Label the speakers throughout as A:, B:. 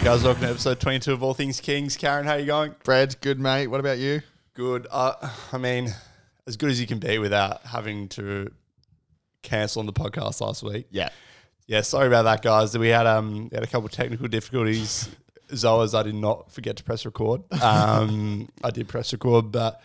A: Cows Talking, episode 22 of All Things Kings. Karen, how you going?
B: Brad, good mate. What about you?
A: Good. Uh, I mean, as good as you can be without having to cancel on the podcast last week.
B: Yeah.
A: Yeah, sorry about that, guys. We had um we had a couple of technical difficulties. Zoas, I did not forget to press record. Um, I did press record, but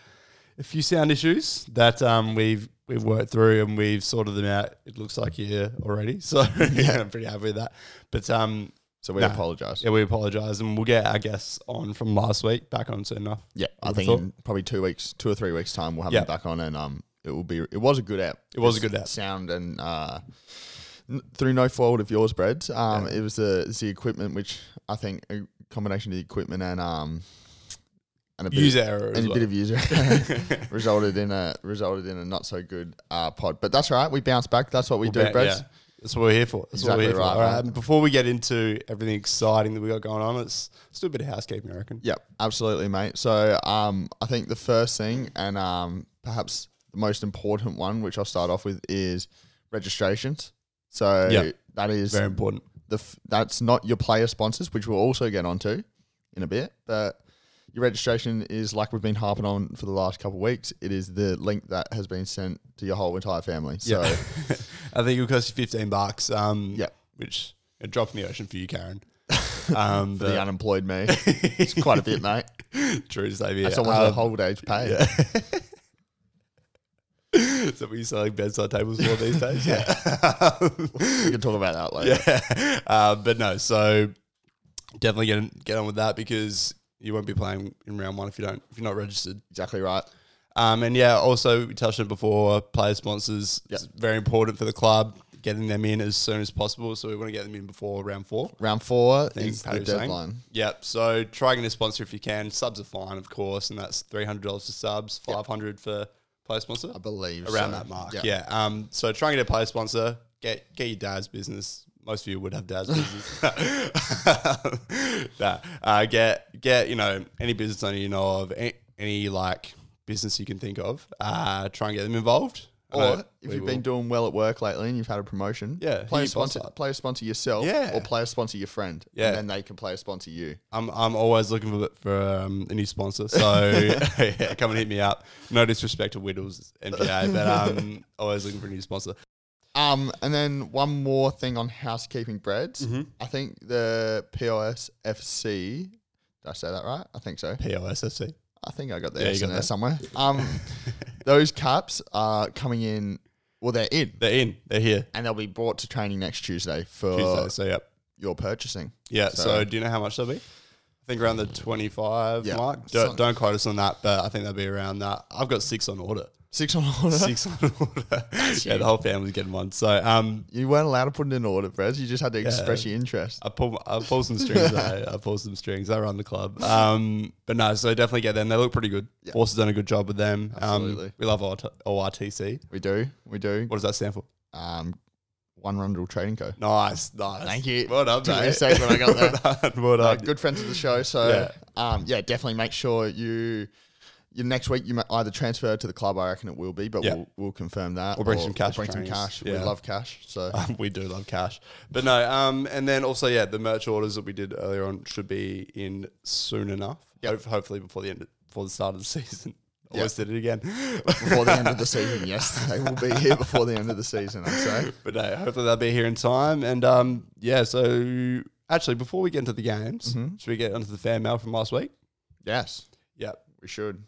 A: a few sound issues that um we've we've worked through and we've sorted them out. It looks like yeah already, so yeah, I'm pretty happy with that. But um,
B: So we
A: Nah.
B: apologise.
A: yeah, we apologise and we'll get our guests on from last week back on soon enough.
B: Yeah, I
A: Would've
B: think
A: thought.
B: in probably two weeks, two or three weeks time, we'll have
A: Yeah.
B: him back on, and um, it will be. It was a good app. It
A: was a good app.
B: Sound and uh, n- through no fault of yours, Brad. Um, it was the it's the equipment, which I think a combination of the equipment and um, and a bit
A: User
B: of,
A: error as
B: and a
A: well.
B: bit of user resulted in a resulted in a not so good uh pod. But that's all right. We bounce back. That's what we do,
A: Bet,
B: Brad.
A: yeah. That's what we're here for. That's
B: Exactly
A: what we're here
B: right,
A: for. All right.
B: mate.
A: and Before we get into everything exciting that we got going on, let's, let's do a bit of housekeeping, I reckon.
B: Yep, absolutely, mate. So um, I think the first thing, and um, perhaps the most important one, which I'll start off with, is registrations. So
A: Yep.
B: that is
A: Very important.
B: the f- that's not your player sponsors, which we'll also get onto in a bit. But your registration is like we've been harping on for the last couple of weeks. It is the link that has been sent to your whole entire family. So
A: Yeah. I think it'll cost you 15 bucks. Um,
B: Yeah.
A: Which it dropped in the ocean for you, Karen. Um,
B: for the unemployed me, it's quite a bit, mate.
A: but true to say, yeah.
B: That's almost a
A: um,
B: whole day's pay.
A: Is that what you're selling bedside tables for these days? yeah.
B: We can talk about that later.
A: yeah. Uh, but no, so definitely get, get on with that because you won't be playing in round one if you don't if you're not registered.
B: Exactly right.
A: Um, and yeah, also we touched on it before player sponsors. It's very important for the club getting them in as soon as possible. So we want to get them in before round four.
B: Round four
A: think
B: is
A: Paddy
B: the
A: was saying.
B: deadline.
A: Yep. So try getting a sponsor if you can. Subs are fine, of course, and that's three hundred dollars for subs, five hundred for player sponsor,
B: I believe
A: around
B: so.
A: that mark. Yeah. Um. So try and get a player sponsor. Get get your dad's business. Most of you would have dad's business. nah. uh, get get you know any business owner you know of, any, any like business you can think of. Uh, try and get them involved. I
B: Or
A: know
B: if
A: we
B: you've been
A: will.
B: doing well at work lately and you've had a promotion,
A: Yeah, who
B: play
A: you
B: a sponsor,
A: boss up.
B: play a sponsor yourself,
A: Yeah.
B: or play a sponsor your friend,
A: Yeah.
B: and then they can play a sponsor you.
A: I'm I'm always looking for for um, a new sponsor, so yeah, come and hit me up. No disrespect to Whittles MPA, but um, always looking for a new sponsor.
B: Um, and then one more thing on housekeeping breads.
A: Mm-hmm.
B: I think the POSFC. Did I say that right? I think so.
A: POSFC.
B: I think I got the
A: Yeah, you
B: S
A: got
B: in there
A: that.
B: somewhere. Um, those caps are coming in. Well, they're in,
A: They're in. They're here.
B: and they'll be brought to training next Tuesday for
A: Tuesday. So yep.
B: your purchasing.
A: Yeah. So,
B: So-
A: do you know how much they'll be? I think around the 25
B: Yeah.
A: mark. Don't,
B: Something.
A: don't quote us on that, but I think they'll be around that. I've got six on order.
B: Six on order.
A: Six on order. yeah, the whole family's getting one. So um,
B: You weren't allowed to put it in order, Brez. You just had to express your interest.
A: I pull, I pull some strings. eh? I, I pull some strings. I run the club. Um, but no, so definitely get them. They look pretty good. Force Forces done a good job with them. Um,
B: Absolutely.
A: we love ORT- ORTC.
B: We do. We do.
A: What does that stand for?
B: Um, One Rundle Trading Co.
A: Nice, nice.
B: Thank you.
A: Well done,
B: Took me a
A: mate.
B: sec when I got there.
A: well done. Well
B: Uh,
A: done.
B: good friends of the show. So,
A: Yeah.
B: Um, yeah, definitely make sure you. You next week you might either transfer to the club. I reckon it will be, but
A: Yeah.
B: we'll, we'll confirm that.
A: Or bring some cash
B: Bring some
A: trainers.
B: cash. We
A: Yeah.
B: love cash. So
A: Um, we do love cash, but no. Um, and then also, yeah, the merch orders that we did earlier on should be in soon enough. Ho- hopefully before the end, before the start of the season. Almost did it again.
B: before the end of the season, yes, they will be here before the end of the season. I'd say.
A: But no, hopefully they'll be here in time. And um, yeah, so actually, before we get into the games, should we get onto the fan mail from last week?
B: Yes,
A: Yep.
B: we should.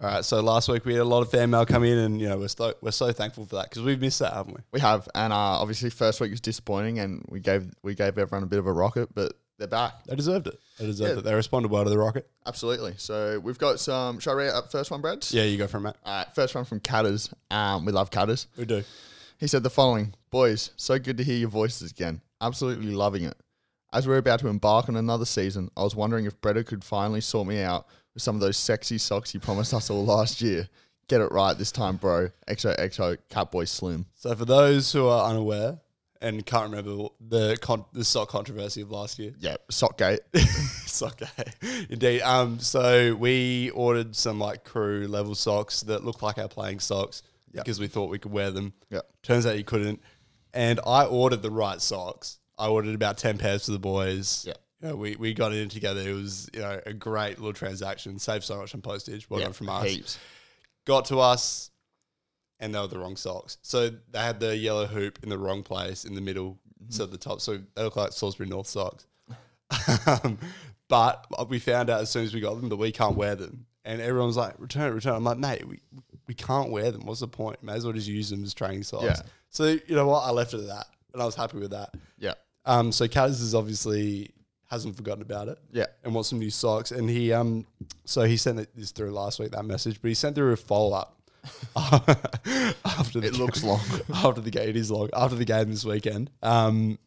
A: All right. So last week we had a lot of fan mail come in, and you know we're so we're so thankful for that because we've missed that, haven't we?
B: We have, and uh, obviously first week was disappointing, and we gave we gave everyone a bit of a rocket, but they're back.
A: They deserved it. They deserved
B: Yeah.
A: it. They responded well to the rocket.
B: Absolutely. So we've got some. Shall I read out the first one, Brad?
A: Yeah, you go from that.
B: All right. First one from Catters. Um, we love Catters.
A: We do.
B: He said the following: Boys, so good to hear your voices again. Absolutely loving it. As we're about to embark on another season, I was wondering if Breda could finally sort me out with some of those sexy socks he promised us all last year. Get it right this time, bro. XOXO Catboy Slim.
A: So for those who are unaware and can't remember the con- the sock controversy of last year,
B: Yeah, Sockgate.
A: sock day. Indeed. Um, so we ordered some like crew level socks that look like our playing socks because we thought we could wear them.
B: Yep.
A: Turns out you couldn't. And I ordered the right socks. I ordered about 10 pairs for the boys.
B: Yep.
A: you know, we, we got it in together. It was you know a great little transaction. Saved so much on postage. Well
B: Yeah,
A: done from us.
B: Heaps.
A: Got to us, and they were the wrong socks. So they had the yellow hoop in the wrong place in the middle, so at the top. So they look like Salisbury North socks. um, but we found out as soon as we got them that we can't wear them, and everyone was like, "Return, it, return." it." I'm like, "Mate, we we can't wear them. What's the point? May as well just use them as training socks."
B: Yeah.
A: So you know what? I left it at that, and I was happy with that.
B: Yeah.
A: Um, so Kaz is obviously hasn't forgotten about it
B: Yeah.
A: and wants some new socks. And he um, so he sent it- this through last week that message, but he sent through a follow up after the
B: It looks long.
A: after the game. It is long after the game this weekend. Um,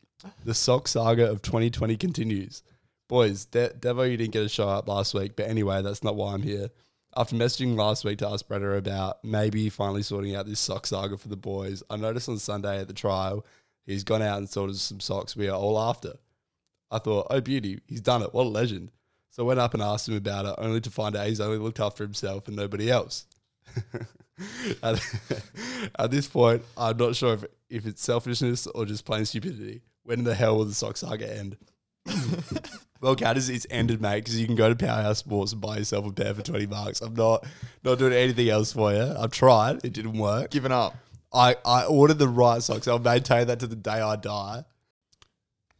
A: the sock saga of 2020 continues. Boys, De- Devo, you didn't get a show up last week, but anyway, that's not why I'm here. After messaging last week to ask Breda about maybe finally sorting out this sock saga for the boys, I noticed on Sunday at the trial, he's gone out and sorted some socks we are all after. I thought, oh, beauty, he's done it. What a legend. So I went up and asked him about it, only to find out he's only looked after himself and nobody else. at, at this point, I'm not sure if, if it's selfishness or just plain stupidity. When the hell will the sock saga end? well, Catters, it's ended, mate, because you can go to Powerhouse Sports and buy yourself a pair for 20 bucks. I'm not not doing anything else for you. I've tried, it didn't work.
B: Giving up.
A: I, I ordered the right socks. I'll maintain that to the day I die.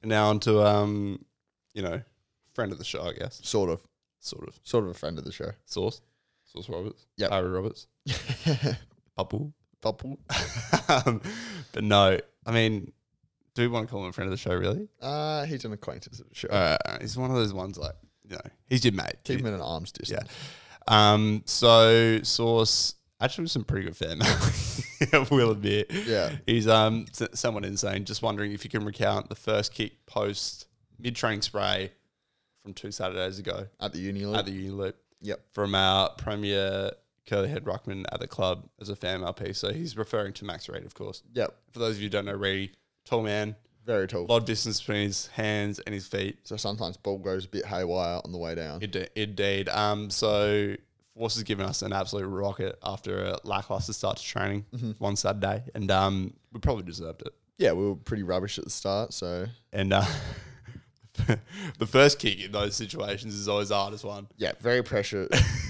A: And now on to, um, you know, friend of the show, I guess.
B: Sort of.
A: Sort of.
B: Sort of a friend of the show.
A: Source. Source Roberts.
B: Yep.
A: Harry Roberts. Bubble.
B: Bubble.
A: um, but no, I mean, do we want to call him a friend of the show, really?
B: Uh, he's an acquaintance of the show.
A: Uh, he's one of those ones like, you know, he's your mate.
B: Keep him in an arm's distance.
A: Um, so Source actually was some pretty good fan mail. I will admit.
B: Yeah.
A: He's um s- someone insane. Just wondering if you can recount the first kick post mid training spray from two Saturdays ago
B: At the uni
A: at
B: league.
A: the Uni Loop
B: yep.
A: from our premier curly-head ruckman at the club as a fan LP. So he's referring to Max Reid, of course.
B: Yep.
A: For those of you who don't know Reid, tall man,
B: Very tall.
A: lot of distance between his hands and his feet.
B: So sometimes ball goes a bit haywire on the way down.
A: Inde- Indeed. Um, so Force has given us an absolute rocket after a lackluster start to training one Saturday, and um, we probably deserved it.
B: yeah, we were pretty rubbish at the start, so
A: And uh, the first kick in those situations is always the hardest one.
B: yeah, very pressure,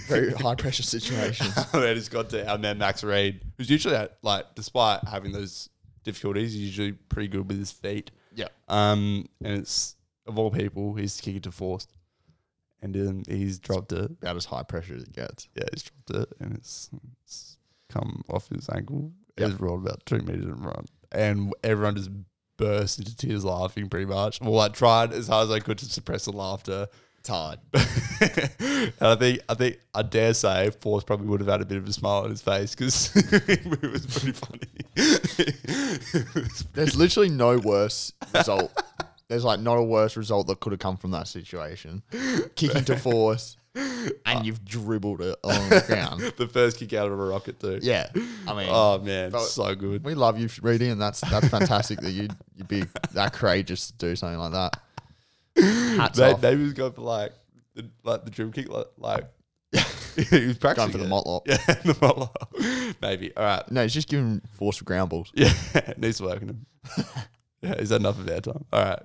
B: very high pressure situation.
A: and it's got to our man Max Reid, who's usually uh, like, despite having those difficulties, he's usually pretty good with his feet.
B: Yeah,
A: Um, and it's of all people, he's kicking to Force, and um, he's dropped it.
B: about as high pressure as it gets.
A: yeah, he's dropped it and it's, it's come off his ankle. It's rolled about two meters and run. And everyone just burst into tears laughing pretty much. Well, I tried as hard as I could to suppress the laughter.
B: It's hard.
A: and I think I think I dare say Force probably would have had a bit of a smile on his face because it was pretty funny. It was
B: There's literally no worse result. There's like not a worse result that could have come from that situation. Kicking to force, Uh, and you've dribbled it along the ground.
A: the first kick out of a rocket too.
B: Yeah, I mean,
A: Oh man,
B: But-
A: so good.
B: we love you, Reedy, and that's that's fantastic that you you'd be that courageous to do something like that. Hats
A: Maybe,
B: off.
A: maybe he's going for like the, like the dream kick, like, like he was practicing
B: Going for the
A: it.
B: motlop.
A: Yeah, the motlop. maybe. All right.
B: No, he's just giving force for ground balls.
A: Yeah, needs working him. yeah, is that enough of our time? All right,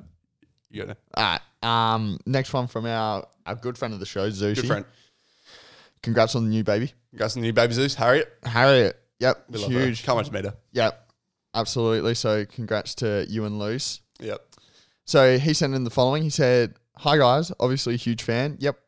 A: you got it.
B: All right. Um, next one from our our good friend of the show, Zushi.
A: Good friend.
B: Congrats on the new baby,
A: Congrats on the new baby Zeus, Harriet.
B: Harriet. Yep,
A: We love her.
B: huge.
A: Can't wait to meet her.
B: Yep, absolutely. So, congrats to you and Luce.
A: Yep.
B: So he sent in the following. He said, "Hi guys, obviously a huge fan. Yep,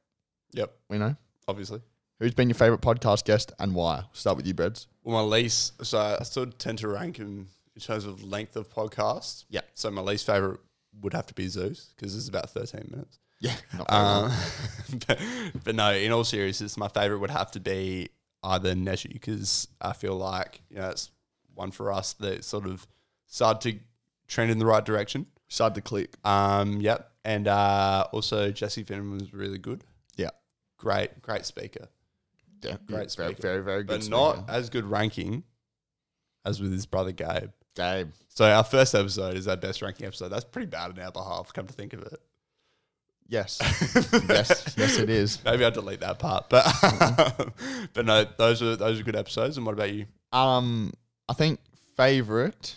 A: Yep.
B: we know.
A: Obviously.
B: Who's been your favorite podcast guest and why? We'll start with you, Breds.
A: Well, my least, so I still tend to rank him in terms of length of podcast.
B: Yeah.
A: So my least favorite would have to be Zeus because it's about 13 minutes.
B: Yeah, not very long.
A: Um, but, but no, in all seriousness, my favorite would have to be either Neshi because I feel like you know it's one for us that sort of started to trend in the right direction.
B: Side to click.
A: Um, yep, and uh, also Jesse Finman was really good.
B: Yeah,
A: Great, great speaker,
B: yeah,
A: Great
B: very,
A: speaker.
B: very, very good.
A: but not as good ranking as with his brother Gabe.
B: Gabe.
A: So our first episode is our best ranking episode. That's pretty bad on our behalf. Come to think of it.
B: Yes, yes, yes, it is.
A: Maybe I'll delete that part. But but no, those are those are good episodes. And what about you?
B: Um, I think favorite.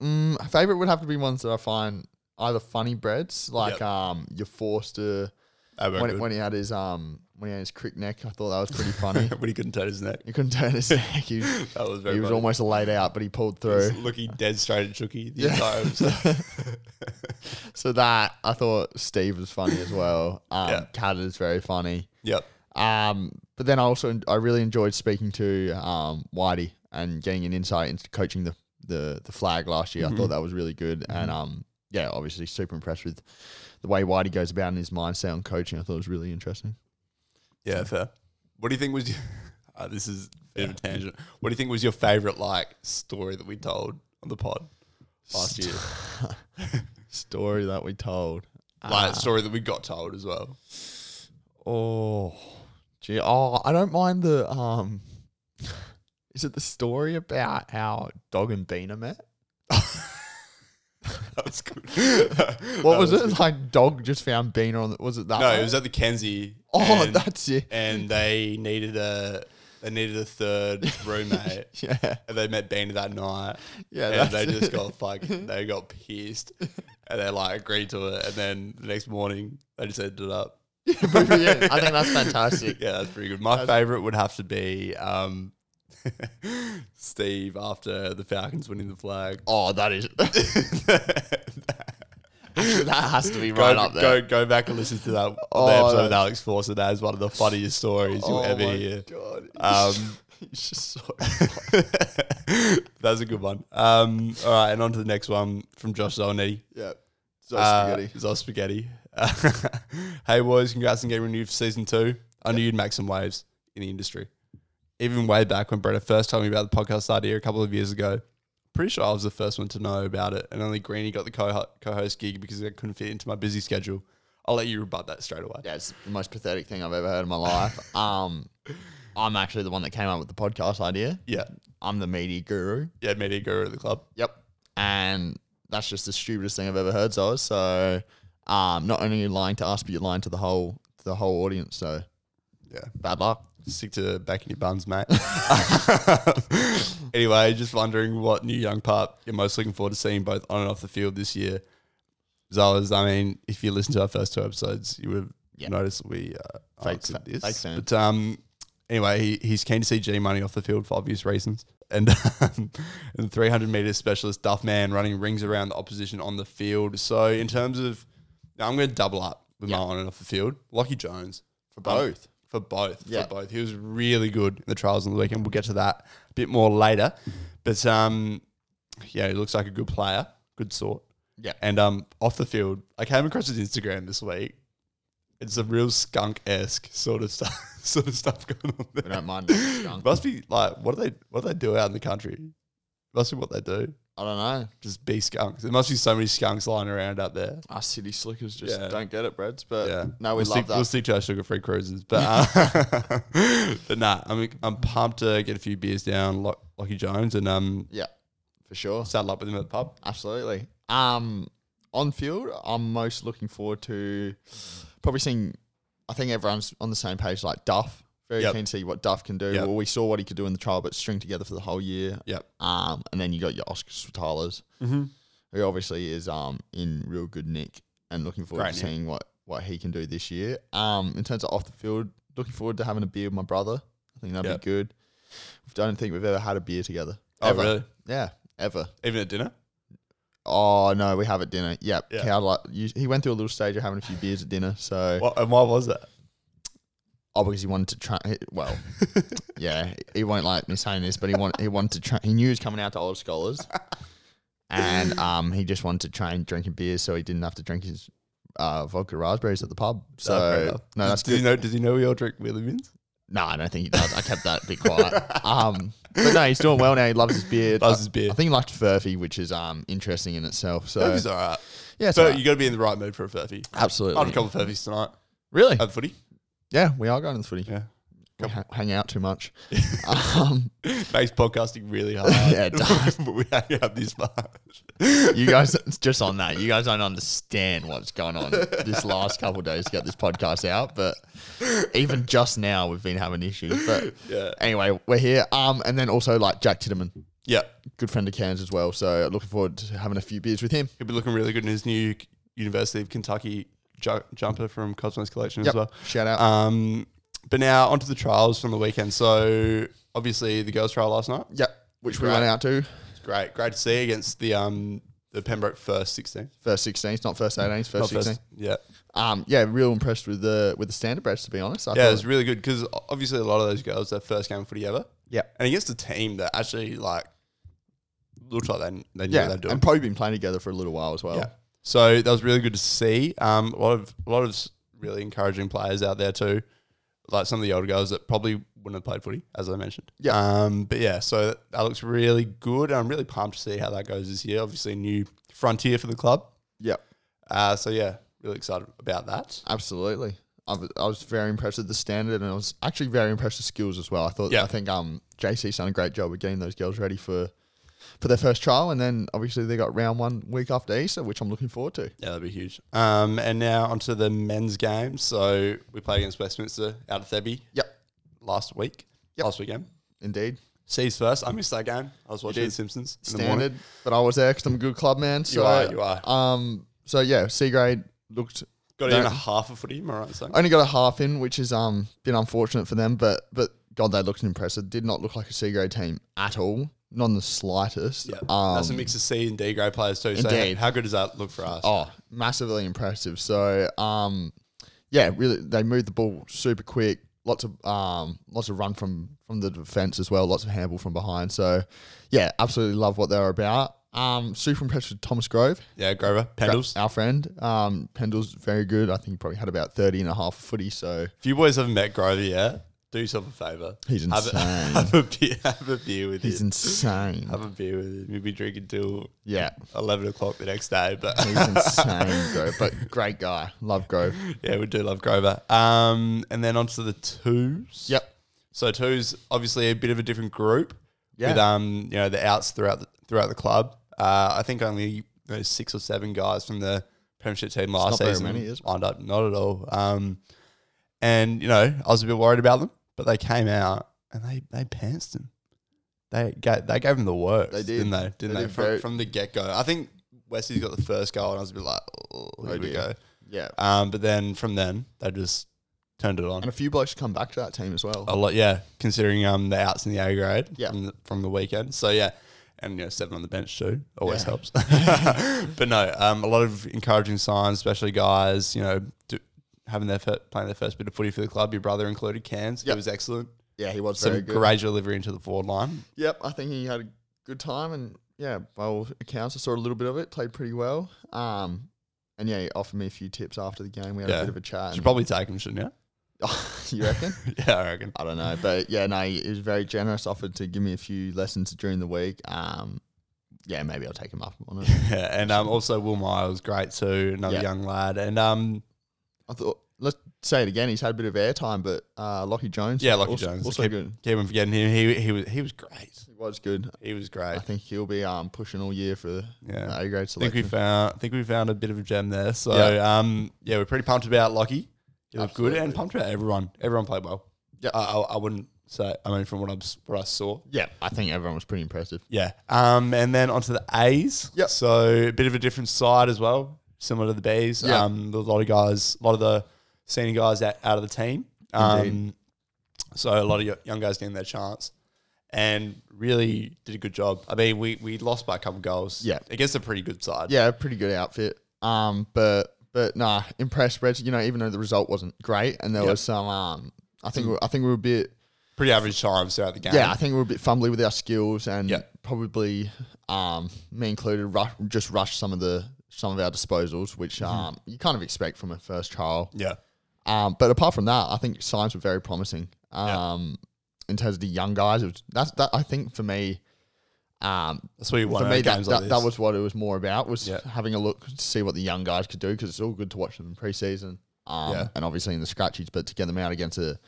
B: Mm, favorite would have to be ones that I find either funny breads, like
A: Yep.
B: um, your Forster.
A: They weren't
B: When,
A: Ah, good.
B: when he had his um, when he had his crick neck, I thought that was pretty funny.
A: when he couldn't turn his neck.
B: you couldn't turn his neck. He, was-
A: That was very
B: he was
A: funny.
B: almost laid out, but he pulled through.
A: Just looking dead straight at Chucky the
B: Yeah.
A: entire episode.
B: So that I thought Steve was funny as well. Um,
A: Yeah.
B: Kat is very funny.
A: Yep.
B: Um, but then I also I really enjoyed speaking to um, Whitey and getting an insight into coaching the the, the flag last year. I
A: Mm-hmm.
B: thought that was really good, and um, yeah, obviously super impressed with the way Whitey goes about and his mindset on coaching. I thought it was really interesting.
A: Yeah, fair. What do you think was your, uh, this is a bit of a tangent. What do you think was your favorite like story that we told on the pod last year?
B: Story that we told. Ah.
A: Like story that we got told as well.
B: Oh, gee. Oh, I don't mind the um. Is it the story about how Dog and Beaner met?
A: That was good.
B: What
A: That
B: was, it?
A: good.
B: Like dog just found Beaner on. The, was it that?
A: No,
B: one?
A: it was at the Kenzie.
B: Oh,
A: and,
B: that's it.
A: and they needed a they needed a third roommate.
B: Yeah,
A: And they met Beanie that night.
B: Yeah,
A: And
B: that's
A: they
B: it.
A: just got like they got pissed and they like agreed to it and then the next morning they just ended it up.
B: Brilliant. I think that's fantastic.
A: yeah, that's pretty good. My favorite would have to be um, Steve after the Falcons winning the flag.
B: Oh, that is that has to be
A: Go,
B: right up there.
A: go go back and listen to that
B: Oh,
A: the episode with
B: that's-
A: Alex Forster. That is one of the funniest stories you'll
B: oh
A: ever
B: my
A: hear.
B: god.
A: Um,
B: He's just so.
A: That's a good one. Um, all right, and on to the next one from Josh Zolnetti.
B: yeah. So
A: Uh,
B: spaghetti.
A: Zol Spaghetti. hey, boys, congrats on getting renewed for season two. I knew you'd make some waves in the industry. Even way back when Bretta first told me about the podcast idea a couple of years ago, pretty sure I was the first one to know about it, and only Greeny got the co- co-host gig because I couldn't fit into my busy schedule. I'll let you rebut that straight away.
B: Yeah, it's the most pathetic thing I've ever heard in my life. Um, I'm actually the one that came up with the podcast idea.
A: Yeah,
B: I'm the media guru.
A: yeah, media guru at the club.
B: Yep. And that's just the stupidest thing I've ever heard, Zoe. So um, not only are you lying to us, but you're lying to the whole the whole audience. So
A: Yeah.
B: bad luck.
A: Stick to back in your buns, mate. anyway, just wondering what new young pup you're most looking forward to seeing both on and off the field this year. Zolas, I mean, if you listen to our first two episodes, you would have
B: Yeah.
A: noticed we uh,
B: Fake
A: answered
B: fa-
A: this.
B: fake fan.
A: But um, anyway, he, he's keen to see G Money off the field for obvious reasons. And, um, and 300 meter specialist Duff Man running rings around the opposition on the field. So, in terms of, now I'm going to double up with my on and off the field. Lockie Jones. For
B: both.
A: for both.
B: Yeah.
A: For both. He was really good in the trials on the weekend. We'll get to that a bit more later. But um, yeah, he looks like a good player, good sort.
B: Yeah.
A: And um, off the field, I came across his Instagram this week. It's a real skunk esque sort of stuff, sort of stuff going on
B: We
A: there.
B: don't mind. being drunk.
A: Must be like what do they what do they do out in the country? Must be what they do.
B: I don't know.
A: Just be skunks. There must be so many skunks lying around out there.
B: Our city slickers just
A: Yeah.
B: don't get it, Breads. But
A: Yeah.
B: no, we
A: we'll
B: love
A: stick, We'll
B: that.
A: stick to our sugar-free cruises, but uh, but nah, I'm I'm pumped to get a few beers down, Lock, Lockie Jones, and um,
B: yeah, for sure.
A: saddle up with him at the pub.
B: Absolutely. Um, on field, I'm most looking forward to probably seeing. I think everyone's on the same page. Like Duff, very
A: Yep.
B: keen to see what Duff can do.
A: Yep.
B: Well, we saw what he could do in the trial, but string together for the whole year.
A: Yep.
B: Um, and then you got your Oscar Switalas,
A: Mm-hmm.
B: who obviously is um in real good nick, and looking forward
A: Great
B: to
A: nick.
B: seeing what what he can do this year. Um, in terms of off the field, looking forward to having a beer with my brother. I think that'd
A: Yep.
B: be good. I don't think we've ever had a beer together.
A: Oh,
B: Ever.
A: really?
B: Yeah, ever.
A: Even at dinner?
B: Oh no, we have at dinner. Yep.
A: Yeah.
B: Cow, like, you, he went through a little stage of having a few beers at dinner. So
A: What, and why was that?
B: oh, because he wanted to try. he- Well, yeah, he won't like me saying this, but he want he wanted to try. He knew he was coming out to old scholars, and um, he just wanted to try and drinking beers, so he didn't have to drink his uh, vodka raspberries at the pub. So
A: fair enough.
B: no, that's
A: does,
B: good.
A: He know, does he know we all drink Wheelie Bins?
B: No, I don't think he does. I kept that a bit quiet. Um, but no, he's doing well now. He loves his beer.
A: Loves his beer.
B: I think he liked Furphy, which is um interesting in itself. So
A: Furby's all right.
B: yeah, it's
A: So
B: alright.
A: you got to be in the right mood for a Furby.
B: absolutely.
A: I'll have a couple of Furbies tonight
B: really?
A: at the footy.
B: Yeah, we are going to the footy.
A: Yeah.
B: We ha- hang out too much. um,
A: Makes podcasting really hard.
B: Yeah, it does.
A: but we only have this much.
B: you guys, just on that, you guys don't understand what's going on this last couple of days to get this podcast out. But even just now, we've been having issues. But
A: Yeah.
B: anyway, we're here. Um, and then also like Jack Titterman.
A: Yeah,
B: Good friend of Cairns as well. So looking forward to having a few beers with him.
A: he'll be looking really good in his new University of Kentucky ju- jumper from Cosmos Collection
B: Yep.
A: as well.
B: Shout out.
A: Um, but now onto the trials from the weekend. So obviously the girls' trial last night.
B: yep. Which we
A: Great.
B: went out to.
A: It's great, great to see against the um the Pembroke first sixteen.
B: First 16s, not first 18s, Oh, first
A: Not
B: 16.
A: first- yeah,
B: Um, yeah, real impressed with the with the standard breads, to be honest. I
A: yeah,
B: thought-
A: it was really good because obviously a lot of those girls their first game of footy ever.
B: Yeah.
A: and against a team that actually like looked like they they knew what
B: yeah,
A: they were doing.
B: and probably been playing together for a little while as well.
A: Yeah. So that was really good to see. Um, a lot of a lot of s- really encouraging players out there too, like some of the older girls that probably wouldn't have played footy, as I mentioned.
B: Yeah.
A: Um, but yeah, so that, that looks really good. I'm really pumped to see how that goes this year. Obviously, a new frontier for the club.
B: Yep.
A: Uh, so yeah, really excited about that.
B: Absolutely. I was, I was very impressed with the standard, and I was actually very impressed with skills as well. I thought,
A: Yeah.
B: I think um, JC's done a great job with getting those girls ready for for their first trial, and then obviously they got round one week after Easter, which I'm looking forward to.
A: Yeah, that'd be huge. Um, and now onto the men's game. So we played against Westminster out of Thebby
B: Yep,
A: last week.
B: Yep.
A: Last weekend.
B: indeed.
A: Seas first. I missed that game. I was watching The
B: did.
A: Simpsons in the morning.
B: Standard, but I was there 'cause I'm a good club man. So,
A: You are, you are.
B: Um, so yeah, C grade looked
A: Got
B: No.
A: in a half a footy, am I right in saying?
B: only got a half in, which is um been unfortunate for them, but but God, they looked impressive. Did not look like a C grade team at all, not in the slightest.
A: Yeah,
B: um,
A: that's a mix of C and D grade players too. So
B: Indeed.
A: how good does that look for us?
B: Oh, massively impressive. So, um, yeah, really, they moved the ball super quick. Lots of um, lots of run from from the defense as well. Lots of handball from behind. So, yeah, absolutely love what they're about. Um, super impressed with Thomas Grove,
A: Yeah, Grover, Pendles.
B: our friend. Um, Pendle's very good. I think he probably had about 30 and a half footy. So
A: If you boys haven't met Grover yet, do yourself a favour.
B: he's
A: Have
B: insane.
A: a, have a beer, have a beer with
B: he's
A: him.
B: insane.
A: Have a beer with him. You'll be drinking till
B: Yeah,
A: eleven o'clock the next day. But
B: he's insane, Grove. But great guy. Love Grove.
A: yeah, we do love Grover. Um, and then onto the twos.
B: Yep.
A: So twos, obviously a bit of a different group.
B: Yeah.
A: With um, you know, the outs throughout the, throughout the club. Uh, I think only those six or seven guys from the premiership team last
B: not very
A: season
B: many, is it?
A: lined up. Not at all. Um, and you know, I was a bit worried about them, but they came out and they they pantsed them. They gave, they gave them the work.
B: They did.
A: didn't they? Didn't they?
B: They did
A: from,
B: very-
A: from the get go. I think Wesley's got the first goal, and I was a bit like, oh, here
B: Oh,
A: we
B: dear.
A: go.
B: Yeah.
A: Um, but then from then they just turned it on
B: And a few blokes come back to that team as well.
A: a lot. Yeah, considering um the outs in the A grade
B: Yeah.
A: from, the, from the weekend. So yeah, and you know seven on the bench too always
B: Yeah.
A: helps. but no, um, a lot of encouraging signs, especially guys you know do, having their fir- playing their first bit of footy for the club. Your brother included, Cairns.
B: Yep.
A: It was excellent.
B: Yeah, he was very
A: Some
B: good.
A: great delivery into the forward line.
B: Yep, I think he had a good time, and yeah, by all accounts, I saw a little bit of it. Played pretty well. Um, and yeah, he offered me a few tips after the game. We had
A: Yeah.
B: a bit of a chat.
A: Should
B: and-
A: probably take him, shouldn't you?
B: you reckon?
A: yeah, I reckon.
B: I don't know, but yeah, no, he he was very generous. Offered to give me a few lessons during the week. Um, yeah, maybe I'll take him up on it.
A: Yeah, and um, also Will Meyer was great too, another
B: Yeah.
A: young lad, and um,
B: I thought let's say it again. He's had a bit of airtime, but uh, Lockie Jones,
A: Yeah, Lachie
B: also,
A: Jones.
B: also
A: Keep-
B: good.
A: keep on forgetting him. He he was he was great.
B: He was good.
A: He was great.
B: I think he'll be um pushing all year for the
A: Yeah.
B: A grade
A: I think we
B: selection.
A: found I think we found a bit of a gem there. So
B: Yeah.
A: um yeah, we're pretty pumped about Lockie. He looked good and
B: Absolutely.
A: pumped about everyone. Everyone played well.
B: Yeah.
A: I, I, I wouldn't say I mean from what I what I saw.
B: yeah, I think everyone was pretty impressive.
A: Yeah. Um and then onto the A's.
B: Yep.
A: So a bit of a different side as well, similar to the B's.
B: Yeah.
A: Um a lot of guys, a lot of the senior guys out, out of the team. Um
B: Indeed.
A: so a lot of yo- young guys getting their chance. And really did a good job. I mean, we, we lost by a couple goals.
B: Yeah.
A: against a pretty good side.
B: yeah, pretty good outfit. Um, but but nah, impressed, Reg. You know, even though the result wasn't great, and there
A: Yep.
B: was some. Um, I think we- I think we were a bit.
A: pretty average times throughout the game.
B: Yeah, I think we were a bit fumbly with our skills, and
A: Yeah.
B: probably um, me included, rush, just rushed some of the some of our disposals, which um, you kind of expect from a first trial.
A: yeah,
B: Um, but apart from that, I think signs were very promising.
A: Yeah.
B: Um, in terms of the young guys, it was, that's that. I think for me, um,
A: that's what you want
B: for me, that,
A: games like
B: that,
A: this.
B: that was what it was more about was
A: Yeah.
B: having a look to see what the young guys could do because it's all good to watch them in preseason, um,
A: Yeah.
B: and obviously in the scratchies, but to get them out against a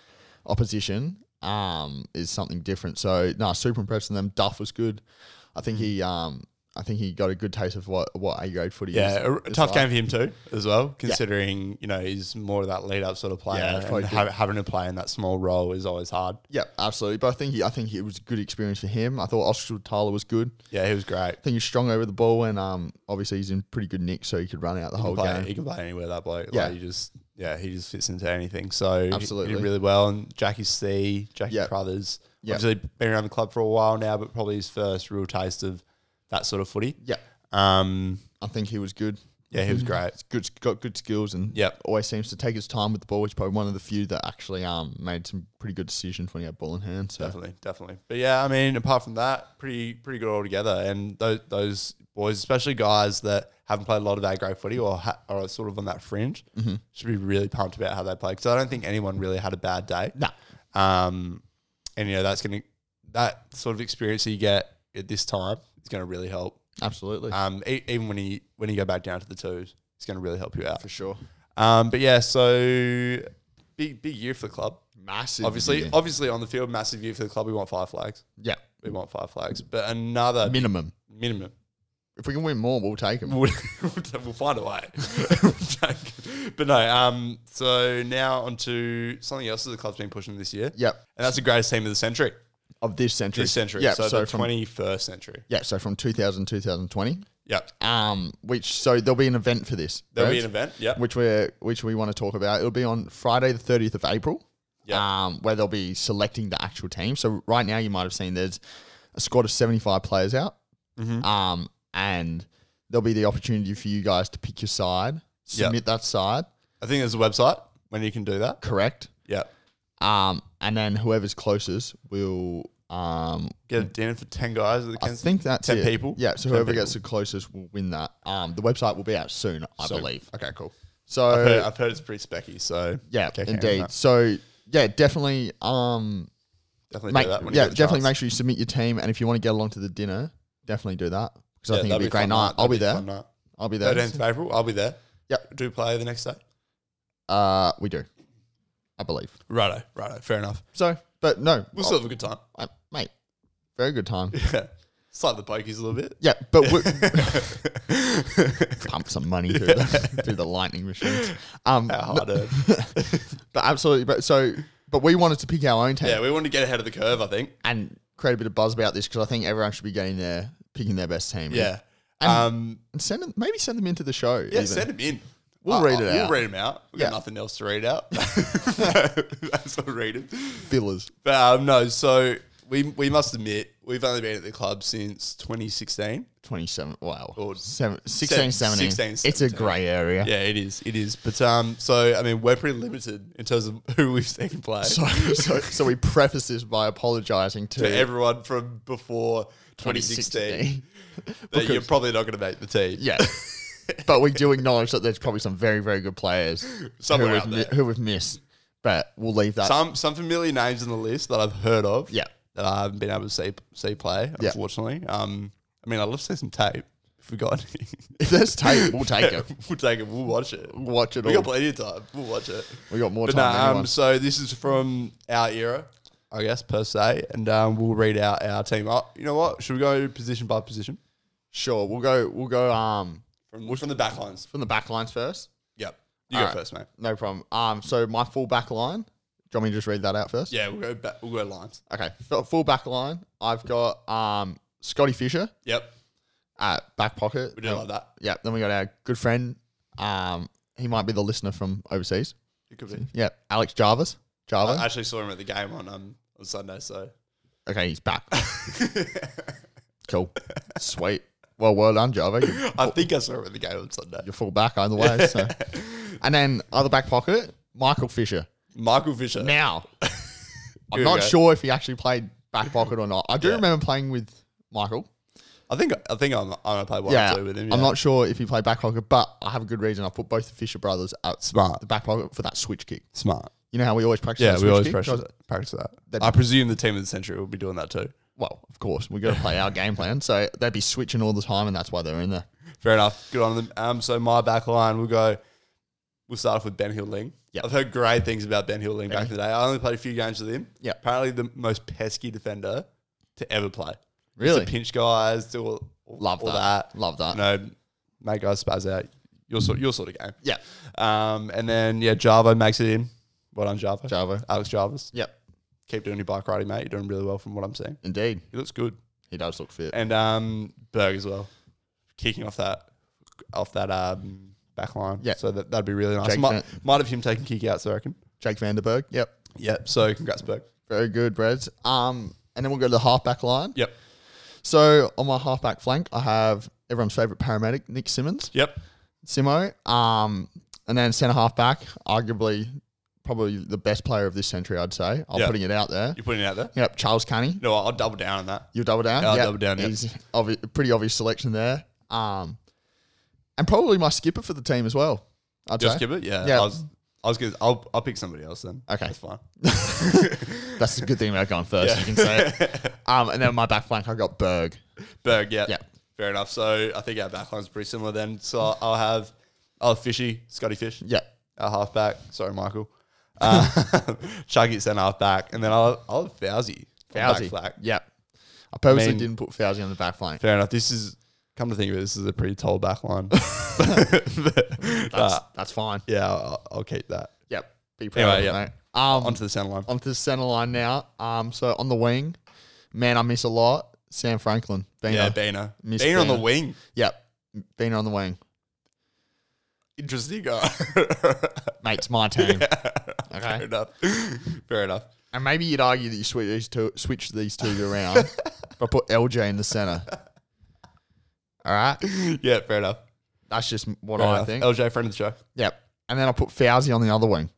B: opposition
A: Mm.
B: um, is something different. So no, super impressed with them. Duff was good. I think he um, I think he got a good taste of what what A grade footy is.
A: Yeah, a r-
B: It's
A: tough
B: like-
A: game for him too, as well. Considering you know he's more of that lead up sort of player,
B: Yeah,
A: and
B: probably
A: ha- having to play in that small role is always hard.
B: Yeah, absolutely. But I think he, I think it was a good experience for him. I thought Oscar Tyler was good.
A: Yeah, he was great.
B: I think he's strong over the ball, and um, obviously he's in pretty good nick, so he could run out the whole
A: He can play,
B: game.
A: he can play anywhere. That bloke, yeah,
B: Yeah.
A: he just yeah, he just fits into anything. So he- he
B: Absolutely.
A: did really well. And Jackie C, Jackie
B: Yep.
A: Crothers,
B: Yep.
A: obviously been around the club for a while now, but probably his first real taste of that sort of footy.
B: Yeah,
A: Um,
B: I think he was good.
A: yeah, he was great.
B: He's good, got good skills, and
A: Yep.
B: always seems to take his time with the ball. Which is probably one of the few that actually um made some pretty good decisions when he had uh, ball in hand. So
A: Definitely, definitely. But yeah, I mean, apart from that, pretty pretty good altogether. And those those boys, especially guys that haven't played a lot of A grade footy or ha- are sort of on that fringe, should be really pumped about how they play because I don't think anyone really had a bad day.
B: Nah.
A: Um, and you know that's gonna that sort of experience that you get at this time is gonna really help.
B: absolutely,
A: Um, e- even when you when you go back down to the twos, it's gonna really help you out.
B: for sure,
A: Um, but yeah, so big big year for the club.
B: massive.
A: Obviously,
B: year.
A: obviously on the field, massive year for the club. We want five flags
B: yeah,
A: we want five flags, but another
B: minimum.
A: minimum.
B: If we can win more, we'll take him.
A: we'll find a way. We'll take- but no, um, so now onto something else that the club's been pushing this year.
B: Yep,
A: And that's the greatest team of the century.
B: of this century.
A: This century.
B: Yeah,
A: so,
B: so,
A: the
B: from
A: 21st century.
B: yeah, so from 2000 2020.
A: Yep.
B: Um, which so there'll be an event for this.
A: There'll be
B: correct?
A: an event. Yep.
B: which we which we want to talk about. It'll be on Friday the thirtieth of April.
A: Yeah.
B: Um, where they'll be selecting the actual team. So right now you might have seen there's a squad of seventy five players out.
A: Mm-hmm.
B: Um, and there'll be the opportunity for you guys to pick your side,
A: Yeah.
B: submit that side,
A: I think there's a website when you can do that.
B: correct.
A: Yep.
B: Um, and then whoever's closest will um
A: Get a dinner for 10 guys at the
B: I
A: Kens-
B: think that's
A: 10
B: it.
A: people?
B: Yeah, so
A: 10
B: whoever
A: people.
B: gets the closest will win that. Um, the website will be out soon, I
A: Soon.
B: believe.
A: Okay, cool.
B: So
A: I've heard, I've heard it's pretty specky, so
B: Yeah,
A: check in on
B: indeed.
A: that.
B: So yeah, definitely. Um,
A: Definitely
B: make,
A: do that. When
B: yeah,
A: you get the
B: definitely
A: chance.
B: make sure you submit your team, and if you want to get along to the dinner, definitely do that because I
A: Yeah,
B: think
A: that'd
B: it'll be a
A: fun
B: great night. I'll
A: That'd
B: be,
A: a
B: there.
A: fun night.
B: I'll be there.
A: 13th of April, I'll be there.
B: Yep.
A: Do we play the next day?
B: Uh, we do, I believe.
A: Righto, righto. Fair enough.
B: So, but no, Oh,
A: We'll still have a good time.
B: I- mate, very good time.
A: Yeah. Slap the pokies a little bit.
B: Yeah, but we pump some money through, the, through the lightning machines. Um,
A: How hard earned.
B: but absolutely. But so, but we wanted to pick our own team
A: Yeah, we want to get ahead of the curve, I think.
B: and create a bit of buzz about this because I think everyone should be getting their picking their best team.
A: Yeah.
B: And-
A: um,
B: and send them, maybe send them into the show.
A: yeah,
B: even.
A: send them in.
B: We'll read it
A: we'll
B: out.
A: We'll read them out. We've
B: Yeah.
A: got nothing else to read out. That's what we read them.
B: fillers.
A: But um, no, so we, we must admit, we've only been at the club since 2016.
B: 27, wow.
A: Or
B: Seven, 16, 17.
A: 16,
B: It's a grey area.
A: Yeah, it is. It is. But um, so, I mean, we're pretty limited in terms of who we've seen play.
B: So, so, so we preface this by apologising to,
A: to everyone from before 2016
B: 2016.
A: that you're probably not going to make the team.
B: yeah. but we do acknowledge that there's probably some very, very good players
A: Somewhere
B: who,
A: out
B: we've, mi-
A: there.
B: who we've missed. But we'll leave that.
A: Some some familiar names in the list that I've heard of.
B: Yeah.
A: That I haven't been able to see see play,
B: Yeah.
A: unfortunately. Um, I mean, I'd love to see some tape. If we got any,
B: if there's tape, we'll take it.
A: we'll take it. We'll watch it.
B: We'll watch it
A: We
B: all.
A: got plenty of time. We'll watch it.
B: we got more
A: But
B: time
A: no,
B: than anyone.
A: um, so this is from our era, I guess per se, and um, we'll read out our team. Oh, you know what? Should we go position by position?
B: Sure, we'll go. We'll go um,
A: From which from the back lines?
B: from the back lines first.
A: Yep. You go
B: Alright.
A: first, mate.
B: No problem. Um, so my full back line. Do you want me to just read that out first?
A: Yeah, we'll go. Back, we'll go lines.
B: Okay, f- full back line. I've got um, Scotty Fisher
A: Yep.
B: at back pocket.
A: We do like that.
B: Yeah. Then we got our good friend. Um, he might be the listener from overseas.
A: It could be.
B: Yeah, Alex Jarvis. Jarvis.
A: I actually saw him at the game on um on Sunday, so
B: okay, he's back. cool. Sweet. Well, well done, Jarvis. You're,
A: I think I saw him at the game on Sunday.
B: you're full back either way. So. and then other back pocket, Michael Fisher.
A: Michael Fisher.
B: Now, I'm
A: we
B: not
A: go.
B: sure if he actually played back pocket or not. I do remember playing with Michael.
A: I think I think I'm I'm gonna play one
B: yeah,
A: or two with him.
B: I'm
A: yeah.
B: not sure if he played back pocket, but I have a good reason. I put both the Fisher brothers at
A: Smart.
B: the back pocket for that switch kick.
A: smart.
B: You know how we always practice.
A: Yeah,
B: that
A: we
B: switch
A: always
B: kick?
A: practice,
B: Because-
A: practice that.
B: That-
A: I presume the team of the century will be doing that too.
B: Well, of course, we got to play our game plan. So they'd be switching all the time, and that's why they're in there.
A: Fair enough. Good on them. Um, so my back line, we'll go. We'll start off with Ben Hilding.
B: Yeah.
A: I've heard great things about Ben Hilding back in the day. I only played a few games with him.
B: Yeah.
A: apparently the most pesky defender to ever play. Used
B: Really?
A: to pinch guys, do all,
B: Love
A: all
B: that.
A: that.
B: Love that.
A: No, make guys spaz out. Your sort, your sort of game.
B: Yeah.
A: Um, and then yeah, Javo makes it in. Well done, Javo.
B: Javo.
A: Alex Jarvis.
B: Yep.
A: Keep doing your bike riding, mate. You're doing really well from what I'm seeing.
B: Indeed.
A: He looks good.
B: He does look fit.
A: And um, Berg as well, kicking off that off that um, back line.
B: Yeah.
A: So that that'd be really nice.
B: Jake
A: Might,
B: Van-
A: might have him taking kick outs, I reckon.
B: Jake Vanderberg. Yep.
A: Yep. So congrats, Berg.
B: Very good, Breds. Um, and then we'll go to the halfback line.
A: Yep.
B: So on my halfback flank, I have everyone's favorite paramedic, Nick Simmons.
A: Yep.
B: Simo. Um, and then centre half back, arguably probably the best player of this century, I'd say. I'm
A: Yeah.
B: putting it out there.
A: You're putting it out there.
B: Yep, Charles Canny.
A: No, I'll double down on that.
B: You'll double down.
A: Yeah, I'll double down, yeah.
B: He's obvi- a pretty obvious selection there. Um, and probably my skipper for the team as well. I'd
A: Just
B: say.
A: give it. Yeah.
B: Yeah.
A: I was, I was gonna. I'll, I'll pick somebody else then.
B: Okay.
A: That's fine.
B: That's the good thing about going first. You can say it. Um, and then my back flank, I got Berg.
A: Berg. Yeah.
B: Yeah.
A: Fair enough. So I think our backline's pretty similar then. So I'll- I'll have I'll have Fishy, Scotty Fish.
B: Yeah,
A: our halfback. Sorry, Michael. Uh, Chuggy sent halfback, and then I'll I'll have Fauzi. on
B: Fauzi.
A: back flank.
B: Yeah, I purposely
A: mean-
B: didn't put Fauzi on the back flank.
A: Fair enough. This is come to think of it, this is a pretty tall back line.
B: That's,
A: Uh,
B: that's fine.
A: yeah, I'll, I'll keep that.
B: Yep. Be proud
A: Anyway,
B: of it,
A: yeah.
B: mate. Um,
A: Onto the centre line.
B: onto the centre line now. Um, so on the wing, man, I miss a lot. Sam Franklin, Bina.
A: Yeah, Bina.
B: Miss
A: Bina on the
B: Bina.
A: wing.
B: yep, Bina on the wing.
A: Interesting guy.
B: Mate, it's my team.
A: Fair
B: Okay,
A: enough. Fair enough.
B: and maybe you'd argue that you switch these two, switch these two around, but put LJ in the centre. All right,
A: Yeah, fair enough.
B: that's just what
A: Fair
B: I
A: enough.
B: think.
A: LJ, friend of the show.
B: yep, and then I put Fauzi on the other wing.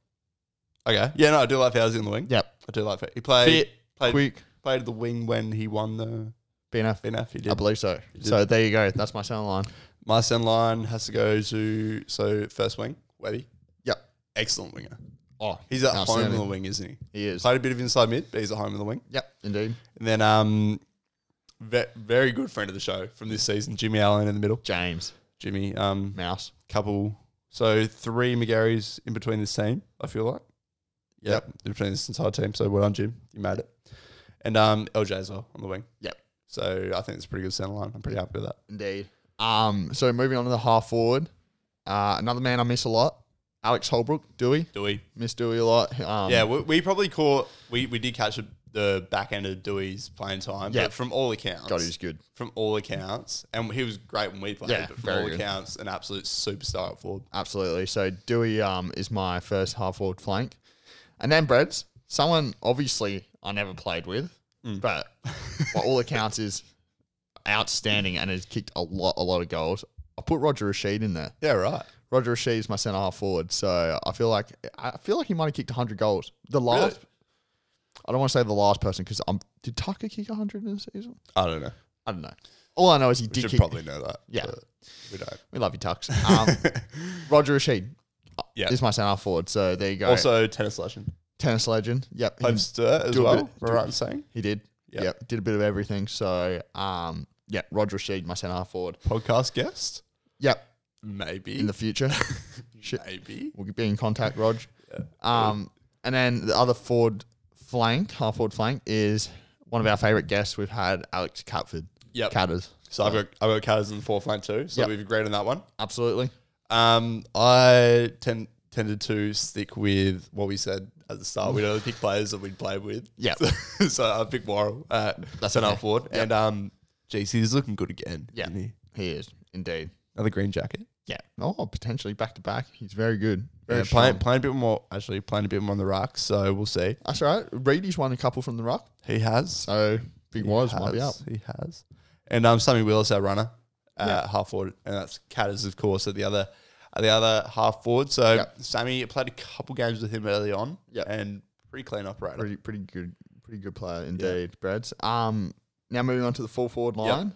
A: Okay. Yeah, no, I do like Fauzi on the wing.
B: Yep,
A: I do like Fauzi. He played,
B: Fit,
A: played,
B: quick,
A: played the wing when he won the
B: Bina.
A: BNF. He did.
B: I believe so. So there you go. That's my centre line.
A: My send line has to go to so first wing Webby.
B: Yep.
A: Excellent winger.
B: Oh,
A: He's at home in
B: outstanding.
A: the wing, isn't he?
B: He is.
A: Played a bit of inside mid, but he's at home in the wing.
B: Yep, indeed.
A: And then um, ve- very good friend of the show from this season, Jimmy Allen in the middle.
B: James
A: Jimmy, um,
B: Mouse.
A: couple, so three McGarrys in between this team. I feel like. Yep, in between this entire team. So well done, Jim. You made it. And um, LJ as well on the wing.
B: Yep.
A: So I think it's a pretty good centre line. I'm pretty happy with that.
B: Indeed. Um, so moving on to the half forward, uh, another man I miss a lot, Alex Holbrook, Dewey.
A: Dewey,
B: Miss Dewey a lot. Um,
A: Yeah, we, we probably caught we, we did catch the back end of Dewey's playing time.
B: Yeah.
A: but from all accounts,
B: God, he's good.
A: from all accounts, and he was great when we played.
B: Yeah,
A: but from
B: very
A: all
B: good.
A: accounts, an absolute superstar at forward.
B: Absolutely. So Dewey um, is my first half forward flank. And then Breads, someone obviously I never played with,
A: Mm.
B: but by all accounts is outstanding and has kicked a lot, a lot of goals. I put Roger Rashid in there.
A: Yeah, right.
B: Roger Rashid is my centre half forward, so I feel like I feel like he might have kicked 100 goals. The last, I don't want to say the last person because I'm did Tucker kick 100 in the season?
A: I don't know.
B: I don't know. All I know is he
A: We
B: did
A: should
B: kick.
A: probably know that.
B: Yeah.
A: but we don't.
B: We love you, Tucks. Um, Roger Rashid uh,
A: Yeah.
B: is my centre half forward, so there you go.
A: Also, tennis legend.
B: tennis legend. Yep, he,
A: Played Sturt as
B: do a
A: well.
B: bit-
A: Am I
B: do-
A: right in saying
B: he did.
A: Yeah.
B: Yep, did a bit of everything. So, um, yeah, Roger Rashid, my centre half forward.
A: podcast guest?
B: Yep,
A: Maybe.
B: in the future. shit.
A: Maybe.
B: We'll be in contact, Rog. Um, and then the other forward flank, half forward flank, is one of our favourite guests we've had, Alex Catford.
A: Yep.
B: Catters.
A: so I've got I've got Carter's in the fourth line too. So
B: Yep.
A: we've agreed on that one.
B: Absolutely.
A: Um, I ten- tended to stick with what we said at the start. We'd only pick players that we'd played with.
B: Yeah.
A: So, I picked Warrell. Uh, that's an
B: okay.
A: half forward. And um, JC is looking good again.
B: Yeah.
A: isn't he?
B: He is, indeed.
A: Another green jacket.
B: Yeah. Oh, potentially back to back. He's very good. Very
A: Yeah, playing,
B: strong.
A: playing a bit more, actually, playing a bit more on the rocks. So we'll see.
B: That's all right. Reedy's won a couple from the rock.
A: He has.
B: So, Big Wise
A: has,
B: might be out.
A: He has. And um, Sammy Willis, our runner, uh,
B: Yeah.
A: half forward. And that's Catters, of course, at the other at the other half forward. So
B: Yeah.
A: Sammy played a couple games with him early on.
B: Yeah.
A: And pretty clean operator.
B: Pretty, pretty good. Pretty good player, indeed, Brads. Um, now moving on to the full forward line.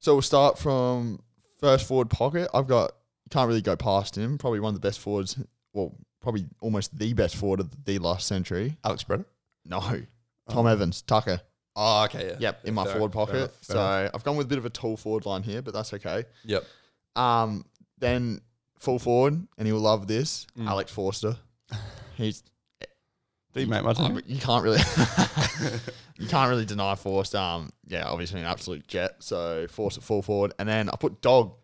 B: So we'll start from first forward pocket. I've got can't really go past him. Probably one of the best forwards. Well, probably almost the best forward of the last century.
A: Alex Brennan.
B: No, Tom Evans, Tucker.
A: Oh, okay. Yeah.
B: Yep, in my
A: Fair-
B: forward
A: fair
B: pocket.
A: enough, fair
B: so
A: enough.
B: I've gone with a bit of a tall forward line here, but that's okay.
A: Yep.
B: Um, then full forward, and he'll love
A: Mm.
B: this. Alex Forster. He's
A: Do you make my
B: I
A: time?
B: mean, you can't really. you can't really deny Force. Um, yeah, obviously an absolute jet. So Force at full forward, and then I put Dog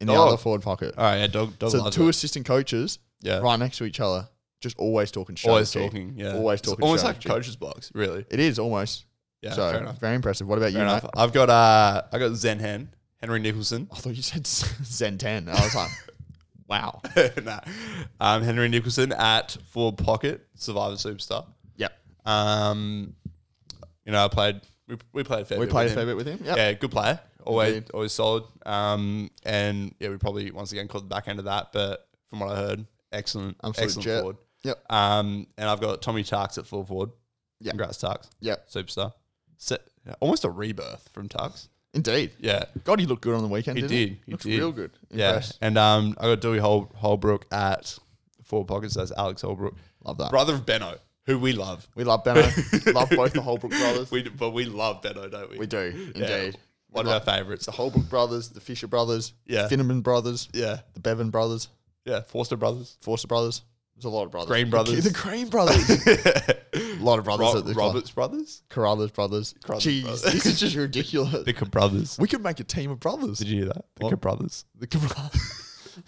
B: in the
A: Dog.
B: other forward pocket.
A: All right, yeah, dog, dog
B: so the
A: loves
B: two
A: it.
B: assistant coaches
A: yeah,
B: right next to each other, just always talking strategy.
A: always talking, yeah,
B: Always
A: It's
B: talking
A: almost
B: strategy.
A: like a coach's box, really.
B: It is almost.
A: Yeah,
B: so
A: fair enough.
B: very impressive. What about
A: Fair
B: you,
A: enough.
B: mate?
A: I've got uh, I got Zen Hen, Henry Nicholson.
B: I thought you said Zen Ten. I was like, wow.
A: nah. um, Henry Nicholson at forward pocket, Survivor superstar.
B: Yep.
A: Um, you know, I played. We, we played a fair
B: We
A: bit
B: played
A: with
B: a
A: him.
B: fair bit with him. Yep.
A: Yeah, good player. Always
B: Indeed.
A: always solid. Um, and yeah, we probably once again caught the back end of that, but from what I heard, excellent,
B: Absolute
A: excellent
B: jet.
A: forward.
B: Yep.
A: Um, and I've got Tommy Tarks at full forward.
B: Yeah.
A: Congrats, Tarks.
B: Yep.
A: Superstar. Se- almost a rebirth from Tarks.
B: Indeed.
A: Yeah.
B: God, he looked good on the weekend.
A: He
B: didn't
A: did, he
B: Looks
A: did.
B: real good.
A: Yeah.
B: Impressed.
A: And um, I got Dewey Hol- Holbrook at forward pockets. That's Alex Holbrook,
B: Love that.
A: brother of Benno, who we love.
B: We love Benno. love both the Holbrook brothers. We,
A: We, but we love Benno, don't we?
B: do
A: Yeah.
B: indeed.
A: One
B: We
A: of our
B: love
A: favourites.
B: the Holbrook brothers, the Fisher brothers,
A: Yeah.
B: Finneman brothers,
A: Yeah.
B: the Bevan brothers,
A: Yeah. Forster Brothers.
B: Forster brothers. There's a lot of brothers.
A: Green
B: The-
A: brothers.
B: The, Green brothers. a lot of brothers
A: Ro-
B: at the club.
A: Roberts Brothers?
B: Carruthers brothers.
A: Carruthers
B: Jeez,
A: brothers.
B: this is just ridiculous.
A: The Kip Brothers.
B: we could make a team of brothers.
A: Did you hear that? The
B: What?
A: Kip Brothers.
B: The Carruthers.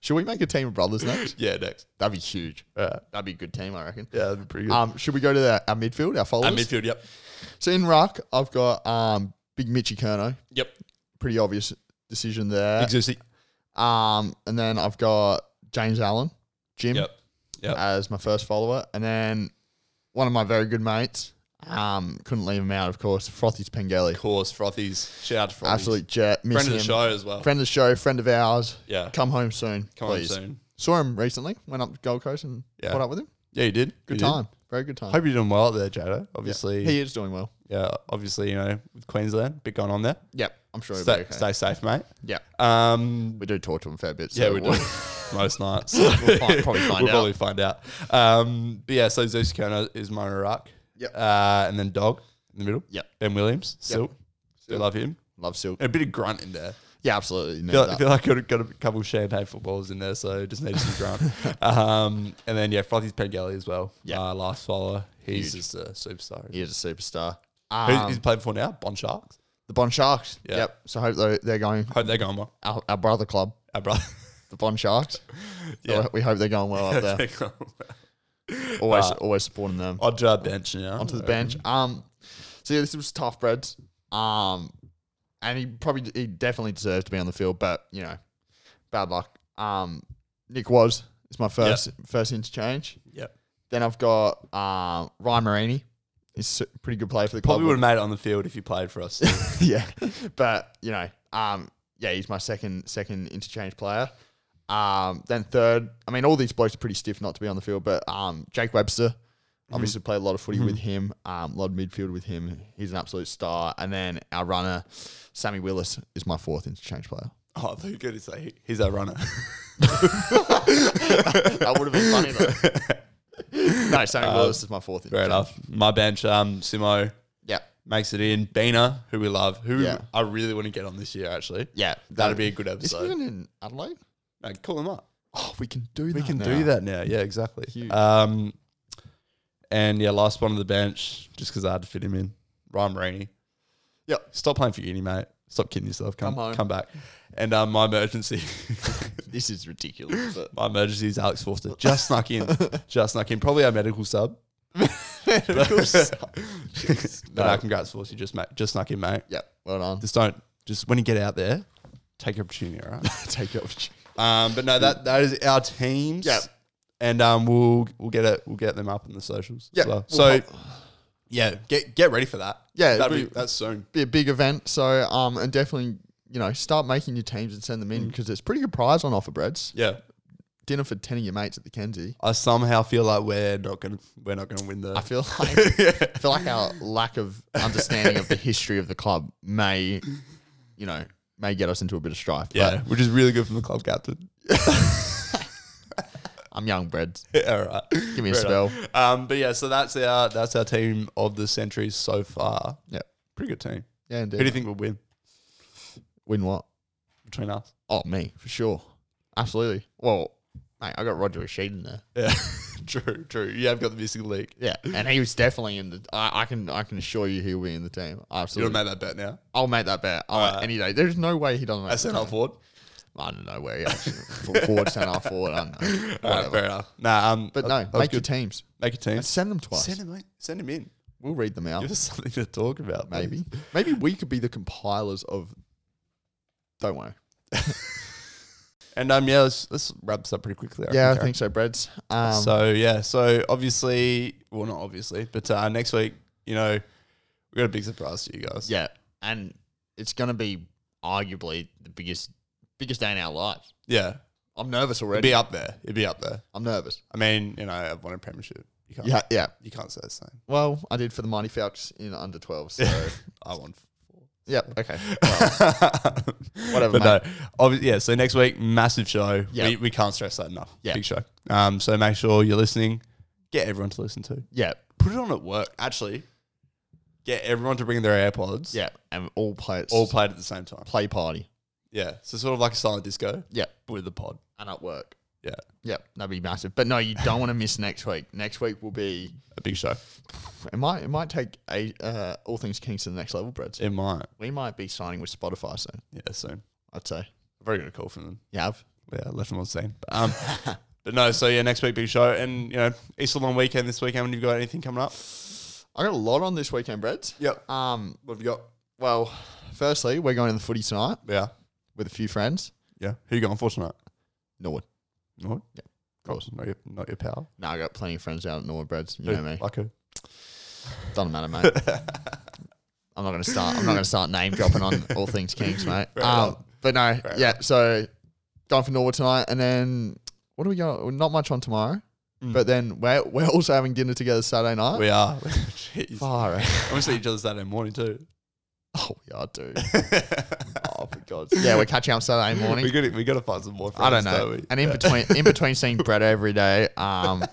B: Should we make a team of brothers next?
A: Yeah, next.
B: That'd be huge.
A: Yeah.
B: That'd be a good team, I reckon.
A: Yeah, that'd be pretty good.
B: Um, should we go to the, our midfield, our followers?
A: At midfield, yep.
B: So in ruck, I've got um, Big Mitchy Kerno.
A: Yep.
B: Pretty obvious decision there.
A: Exusi.
B: Um, and then I've got James Allen, Jim,
A: Yep. Yep.
B: as my first follower. And then one of my very good mates, um, couldn't leave him out, of course, Frothy's Pengelly.
A: Of course, Frothies. Shout out to Frothies.
B: Absolute jet. Miss
A: Friend of
B: him.
A: the show as well.
B: Friend of the show, friend of ours.
A: yeah.
B: Come home soon,
A: Come on
B: please.
A: soon.
B: Saw him recently. Went up to Gold Coast and
A: Yeah.
B: caught up with him.
A: Yeah, you did.
B: Good
A: You did.
B: time. Very good time.
A: Hope you're doing well out there, Jada.
B: Yeah.
A: Obviously,
B: He is doing well.
A: yeah, obviously, you know, with Queensland, bit going on there.
B: Yep. I'm sure he'll
A: Stay,
B: be okay.
A: stay safe, mate.
B: Yeah.
A: Um,
B: We do talk to him a fair bit. So
A: yeah, we do
B: we'll-
A: most nights.
B: We'll fi- probably find
A: we'll
B: out.
A: probably find out. Um, but yeah, so Zeus Kona is my ruck.
B: Yep.
A: Uh, and then Dog in the middle.
B: Yep.
A: Ben Williams, still, still love him.
B: Love Silk.
A: And a bit of grunt in there.
B: Yeah, absolutely. No
A: Feel,
B: doubt.
A: feel like I've got a couple of champagne footballers in there, so just needed some grunt. um, and then yeah, Frothy's Pengelly as well.
B: Yeah.
A: uh, last follower. He's
B: Huge.
A: just a superstar.
B: He is a superstar.
A: Who's,
B: Um,
A: who's he playing for now? Bon Sharks.
B: the Bon Sharks.
A: Yeah.
B: Yep. So hope they're, they're going.
A: Hope they're going well. Uh,
B: Our, our brother club,
A: Our brother.
B: the Bon Sharks.
A: Yeah.
B: So we hope they're going well up there.
A: They're going well.
B: Always,
A: Uh,
B: always supporting them.
A: Odd job bench now. Uh,
B: Onto the bench. Um. So yeah, this was tough, Brad. Um, and he probably he definitely deserves to be on the field, but you know, bad luck. Um, Nick was. It's my first first interchange.
A: Yeah.
B: Then I've got um Ryan Marini. He's a pretty good player for the club.
A: Probably would have made it on the field if you played for us.
B: yeah. But you know, um, yeah, he's my second second interchange player. Um, then third, I mean, all these blokes are pretty stiff not to be on the field, but um, Jake Webster
A: Mm-hmm.
B: obviously played a lot of footy with him, um, a lot of midfield with him. He's an absolute star. And then our runner, Sammy Willis, is my fourth interchange player.
A: oh, I thought you were going to say he's our runner.
B: That would have been funny though. no, Sammy Willis is my fourth.
A: Um, Fair
B: interchange.
A: enough. My bench, um, Simo
B: Yeah,
A: makes it in. Bina, who we love, who
B: Yeah.
A: I really want to get on this year, actually.
B: yeah,
A: That'd be a good
B: Is he
A: episode.
B: even in Adelaide?
A: No, call him up.
B: Oh, we can do that.
A: We can
B: now.
A: do that now. Yeah, exactly.
B: Huge.
A: Um, and yeah, last one on the bench, just because I had to fit him in. Ryan Marini.
B: Yep.
A: Stop playing for uni, mate. Stop kidding yourself. Come,
B: Come home.
A: come back. And um, my emergency,
B: This is ridiculous. but-
A: my emergency is Alex Forster. Just snuck in. Just snuck in. Probably our medical sub. But
B: No.
A: uh, congrats, Forster. You just ma- just snuck in, mate.
B: yeah, well done.
A: Just don't. Just when you get out there, take your opportunity, all right?
B: take it off.
A: um, but no, that that is our teams.
B: Yep.
A: And um, we'll we'll get it. We'll get them up on the socials.
B: Yeah,
A: as well.
B: we'll
A: So
B: help.
A: yeah, get get ready for that.
B: Yeah, it'll
A: That'll
B: be-
A: be, that's soon.
B: Be a big event, so um, and definitely you know start making your teams and send them
A: Mm.
B: in because there's pretty good prize on offer, Breads.
A: Yeah.
B: Dinner for ten of your mates at the Kenzie.
A: I somehow feel like we're not gonna we're not gonna win the.
B: I feel like I feel like our lack of understanding of the history of the club may, you know, may get us into a bit of strife.
A: yeah, which is really good from the club captain.
B: but I'm young, Breads.
A: All right,
B: Give me a
A: Fair
B: spell.
A: enough. Um, but yeah, so that's our that's our team of the century so far.
B: Yeah,
A: Pretty good team.
B: yeah, indeed.
A: Who do you think will win
B: Win what?
A: between us?
B: Oh, me for sure. Absolutely. Well, mate, I got Roger Sheed in there.
A: Yeah, true, true. You have got the missing link.
B: Yeah, and he was definitely in the. I, I can I can assure you he'll be in the team.
A: You
B: Absolutely,
A: want to make that bet now?
B: I'll make that bet I'll,
A: Alright.
B: any day. There's no way he doesn't. Make
A: I said
B: the
A: up
B: team.
A: forward.
B: I don't know where he actually forward, centre half forward. I don't know.
A: All right, fair enough. Nah, um,
B: But
A: that-
B: no,
A: that was
B: make your
A: good.
B: teams.
A: Make a team. Um,
B: And send them to us.
A: Send him, mate. Send him in.
B: We'll read them out.
A: Give us something to talk about. please.
B: Maybe. Maybe we could be the compilers of. Don't worry.
A: And um, yeah, let's, let's wrap this up pretty quickly.
B: Yeah, I
A: reckon,
B: think so, Breads. Um,
A: Karen. so. Yeah, so obviously, well, not obviously, but uh, next week, you know, we got a big surprise to you guys.
B: yeah, and it's going to be arguably the biggest biggest day in our lives.
A: yeah,
B: I'm nervous
A: it'd
B: already.
A: be up there. It'd be up there.
B: I'm nervous.
A: I mean, you know, I've won a premiership. You can't,
B: Yeah, yeah.
A: you can't say the same.
B: Well, I did for the Mighty Falcons in under 12. So,
A: I won.
B: yep. Okay.
A: Whatever. But no, obviously, yeah. So next week, massive show.
B: Yeah.
A: We, we can't stress that enough.
B: Yeah.
A: Big show. Um, so make sure you're listening. Get everyone to listen to.
B: Yeah.
A: Put it on at work. Actually, get everyone to bring their AirPods.
B: Yeah. And all play
A: All played at the same time.
B: play party.
A: Yeah. So sort of like a silent disco.
B: Yep.
A: but With the pod.
B: And at work.
A: Yeah.
B: Yep. That'd be massive. But no, you don't want to miss next week. Next week will be.
A: A big show.
B: It might it might take a, uh, all things Kings to the next level, Breads.
A: It might.
B: We might be signing with Spotify soon.
A: Yeah. Soon.
B: I'd say.
A: Very good call from them.
B: You have.
A: Yeah, left them on scene. But, um, but no, so yeah, next week big show, and you know Easter long weekend this weekend. Have you got anything coming up?
B: I got a lot on this weekend, Breads.
A: Yep.
B: Um.
A: What have you got?
B: Well, firstly, we're going to the footy tonight
A: Yeah,
B: with a few friends.
A: yeah. Who you going for tonight?
B: Norwood.
A: Norwood.
B: Yeah,
A: of course. Not your, not your pal.
B: No, I got plenty of friends out at Norwood, Breads. You
A: Who?
B: know me.
A: Like who?
B: Doesn't matter, mate. I'm not gonna start. I'm not gonna start name dropping on all things Kings, mate.
A: Fair
B: Um,
A: enough.
B: but no,
A: Fair
B: yeah. So going for Norwood tonight, and then what do we go? well, Not much on tomorrow,
A: Mm.
B: but then we're we're also having dinner together Saturday night.
A: We are. Jeez. I'm
B: Far out.
A: gonna see each other Saturday morning too.
B: Oh, we are, dude. oh, for God's sake. Yeah, we're catching up Saturday
A: we
B: morning.
A: got we got to find some more. Friends,
B: I don't
A: don't
B: know.
A: we?
B: And in between, in between seeing Brett every day, um,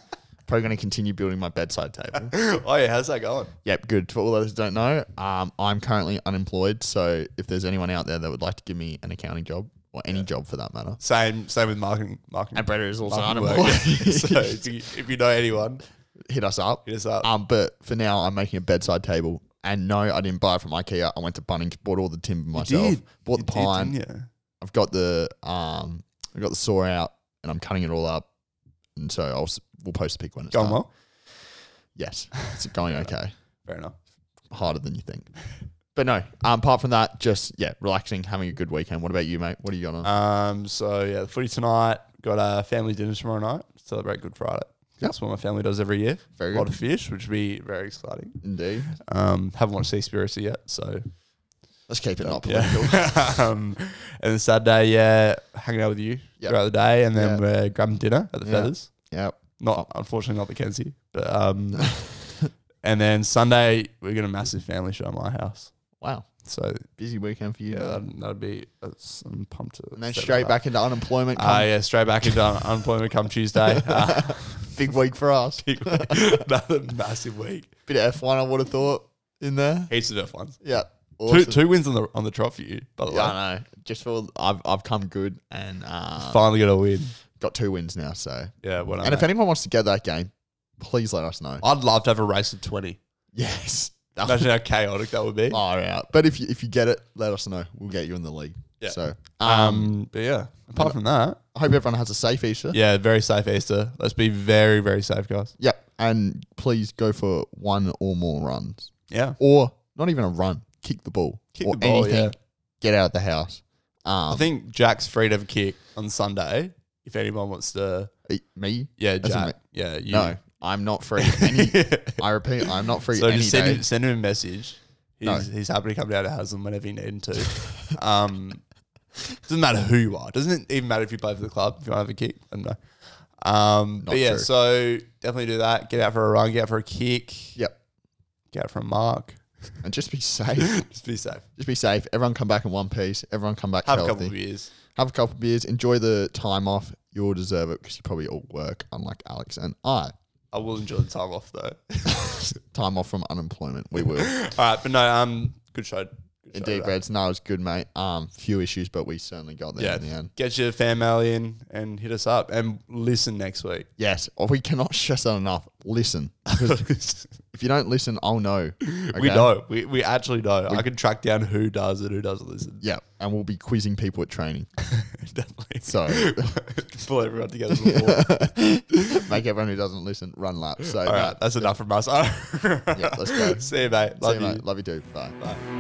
B: probably going to continue building my bedside table.
A: oh yeah, how's that going?
B: Yep, good. For all those who don't know, um, I'm currently unemployed. So if there's anyone out there that would like to give me an accounting job or any job for that matter,
A: Same same with marketing marketing.
B: and Bretta is also
A: marketing
B: unemployed,
A: so if you, if you know anyone,
B: hit us up.
A: hit us up.
B: Um, but for now, I'm making a bedside table. And no, I didn't buy it from IKEA. I went to Bunnings, bought all the timber myself,
A: did.
B: bought the pine.
A: Yeah.
B: I've got the um, I've got the saw out, and I'm cutting it all up. And so I'll s- we'll post a pic when it's
A: Going
B: done.
A: well.
B: Yes, it's going okay.
A: Fair enough.
B: harder than you think. But no, um, apart from that, just yeah, relaxing, having a good weekend. What about you, mate? What are you gonna?
A: Um, so yeah, the footy tonight. Got a family dinner tomorrow night. Celebrate Good Friday. That's what my family does every year.
B: Very
A: a lot
B: good.
A: of fish, which would be very exciting.
B: Indeed.
A: Um, haven't watched Seaspiracy yet, so
B: Let's keep it not political.
A: yeah. um, and then Saturday, yeah, hanging out with you
B: Yep.
A: throughout the day, and then
B: Yeah.
A: we're grabbing dinner at the
B: Yeah. Oh.
A: Feathers.
B: Yep.
A: Not unfortunately not the Kenzie, but um, and then Sunday we're gonna massive family show at my house.
B: Wow.
A: So
B: Busy weekend for you. Um,
A: yeah, that'd, that'd be that's, I'm pumped to.
B: and then
A: set that
B: straight
A: up.
B: back into unemployment.
A: Uh,
B: come-
A: yeah, straight back into un- unemployment come Tuesday. Uh,
B: Big week for us.
A: another massive week.
B: Bit of F one, I would have thought in there.
A: Heaps of F ones.
B: Yeah.
A: Two,
B: Awesome.
A: two wins on the on the trot for you, by the
B: Yeah,
A: way.
B: I know. Just for I've I've come good and uh,
A: Finally got a win.
B: got two wins now. So
A: Yeah, what
B: and if anyone wants to get that game, please let us know.
A: I'd love to have a race of twenty.
B: yes.
A: Imagine how chaotic that would be.
B: far out. But if you if you get it, let us know. We'll get you in the league.
A: Yeah.
B: So um,
A: Um, but yeah, apart from that,
B: I hope everyone has a safe Easter.
A: yeah, very safe Easter. Let's be very, very safe, guys.
B: Yep. And please go for one or more runs,
A: Yeah,
B: or not even a run. Kick the ball.
A: Kick
B: or
A: the ball, yeah.
B: Get out of the house. Um,
A: I think Jack's free to have a kick on Sunday. If anyone wants to,
B: e- me.
A: yeah,
B: That's
A: Jack, yeah, you.
B: No, I'm not free. Any, I repeat, I'm not free.
A: So
B: any
A: just send
B: day.
A: him, send him a message. He's,
B: No.
A: he's happy to come down to Haslam whenever you need him to. um, doesn't matter who you are. Doesn't even matter if you play for the club. If you want to have a kick, I don't know. Um, but
B: Not
A: yeah,
B: true.
A: so definitely do that. Get out for a run. Get out for a kick.
B: Yep.
A: Get out for a mark.
B: And just be safe.
A: Just be safe.
B: just be safe. Everyone come back in one piece. Everyone come back
A: Have
B: healthy.
A: a couple of beers.
B: have a couple of beers, enjoy the time off. You'll deserve it because you probably all work, unlike Alex and I.
A: I will enjoy the time off though.
B: time off from unemployment, we will.
A: All right, but no. Um, good show. Good
B: Indeed, Reds. No, it was good, mate. Um, few issues, but we certainly got there
A: Yeah.
B: in the end.
A: Get your fan mail in and hit us up and listen next week.
B: Yes, or we cannot stress that enough. Listen, because if you don't listen, I'll know.
A: We
B: okay?
A: know. We, we actually know. I can track down who does and who doesn't listen.
B: Yeah, and we'll be quizzing people at training.
A: Definitely.
B: So
A: Pull everyone together before.
B: make everyone who doesn't listen run laps. So
A: All right, that's enough from us. yeah,
B: let's go.
A: See you, mate. Love
B: see you,
A: you.
B: mate. Love you too. Bye.
A: Bye.